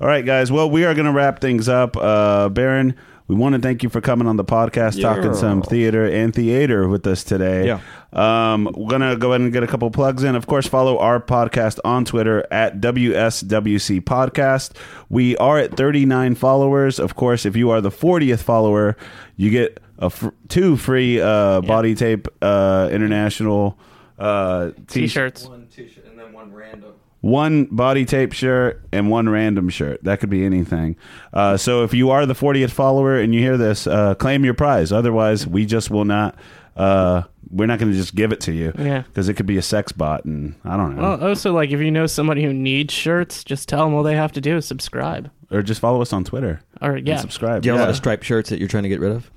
All right, guys. Well, we are going to wrap things up. Uh, Baron, we want to thank you for coming on the podcast, talking some theater and theater with us today. Yeah. Um, we're going to go ahead and get a couple plugs in. Of course, follow our podcast on Twitter at WSWC Podcast. We are at 39 followers. Of course, if you are the 40th follower, you get a fr- two free uh, Body Tape uh, International uh, t- T-shirts. One t-shirt and then one one random. one body tape shirt and one random shirt. That could be anything. Uh, so if you are the 40th follower and you hear this, uh, claim your prize. Otherwise, we just will not. Uh, we're not going to just give it to you. Yeah. Because it could be a sex bot, and I don't know. Well, also, Oh, like, if you know somebody who needs shirts, just tell them all they have to do is subscribe. or just follow us on Twitter. Or, yeah. And subscribe. Do you have a lot Yeah. of striped shirts that you're trying to get rid of?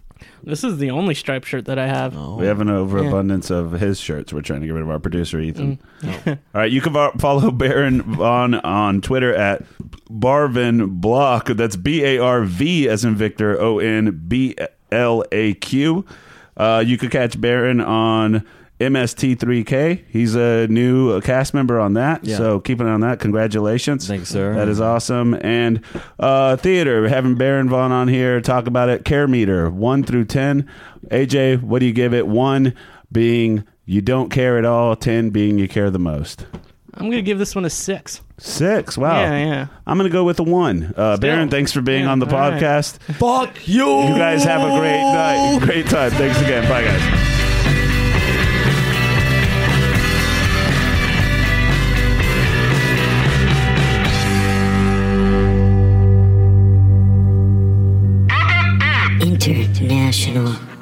This is the only striped shirt that I have. We have an overabundance of his shirts. We're trying to get rid of our producer Ethan. All right, you can vo- follow Baron Vaughn on Twitter at Barvin Block. That's B A R V as in Victor O N B L A Q. Uh, you could catch Baron on MST3K. He's a new uh, cast member on that, Yeah. so keep an eye on that. Congratulations, Thanks, sir. That is awesome. And uh, theater, we're having Baron Vaughn on here talk about it. Care meter one through ten. AJ, what do you give it? One being you don't care at all. Ten being you care the most. I'm going to give this one a six. Six. Wow. Yeah, yeah. I'm gonna go with a one. Uh, Baron, thanks for being Yeah, on the all right. podcast. Fuck you! You guys have a great night. Great time. Thanks again. Bye, guys. International.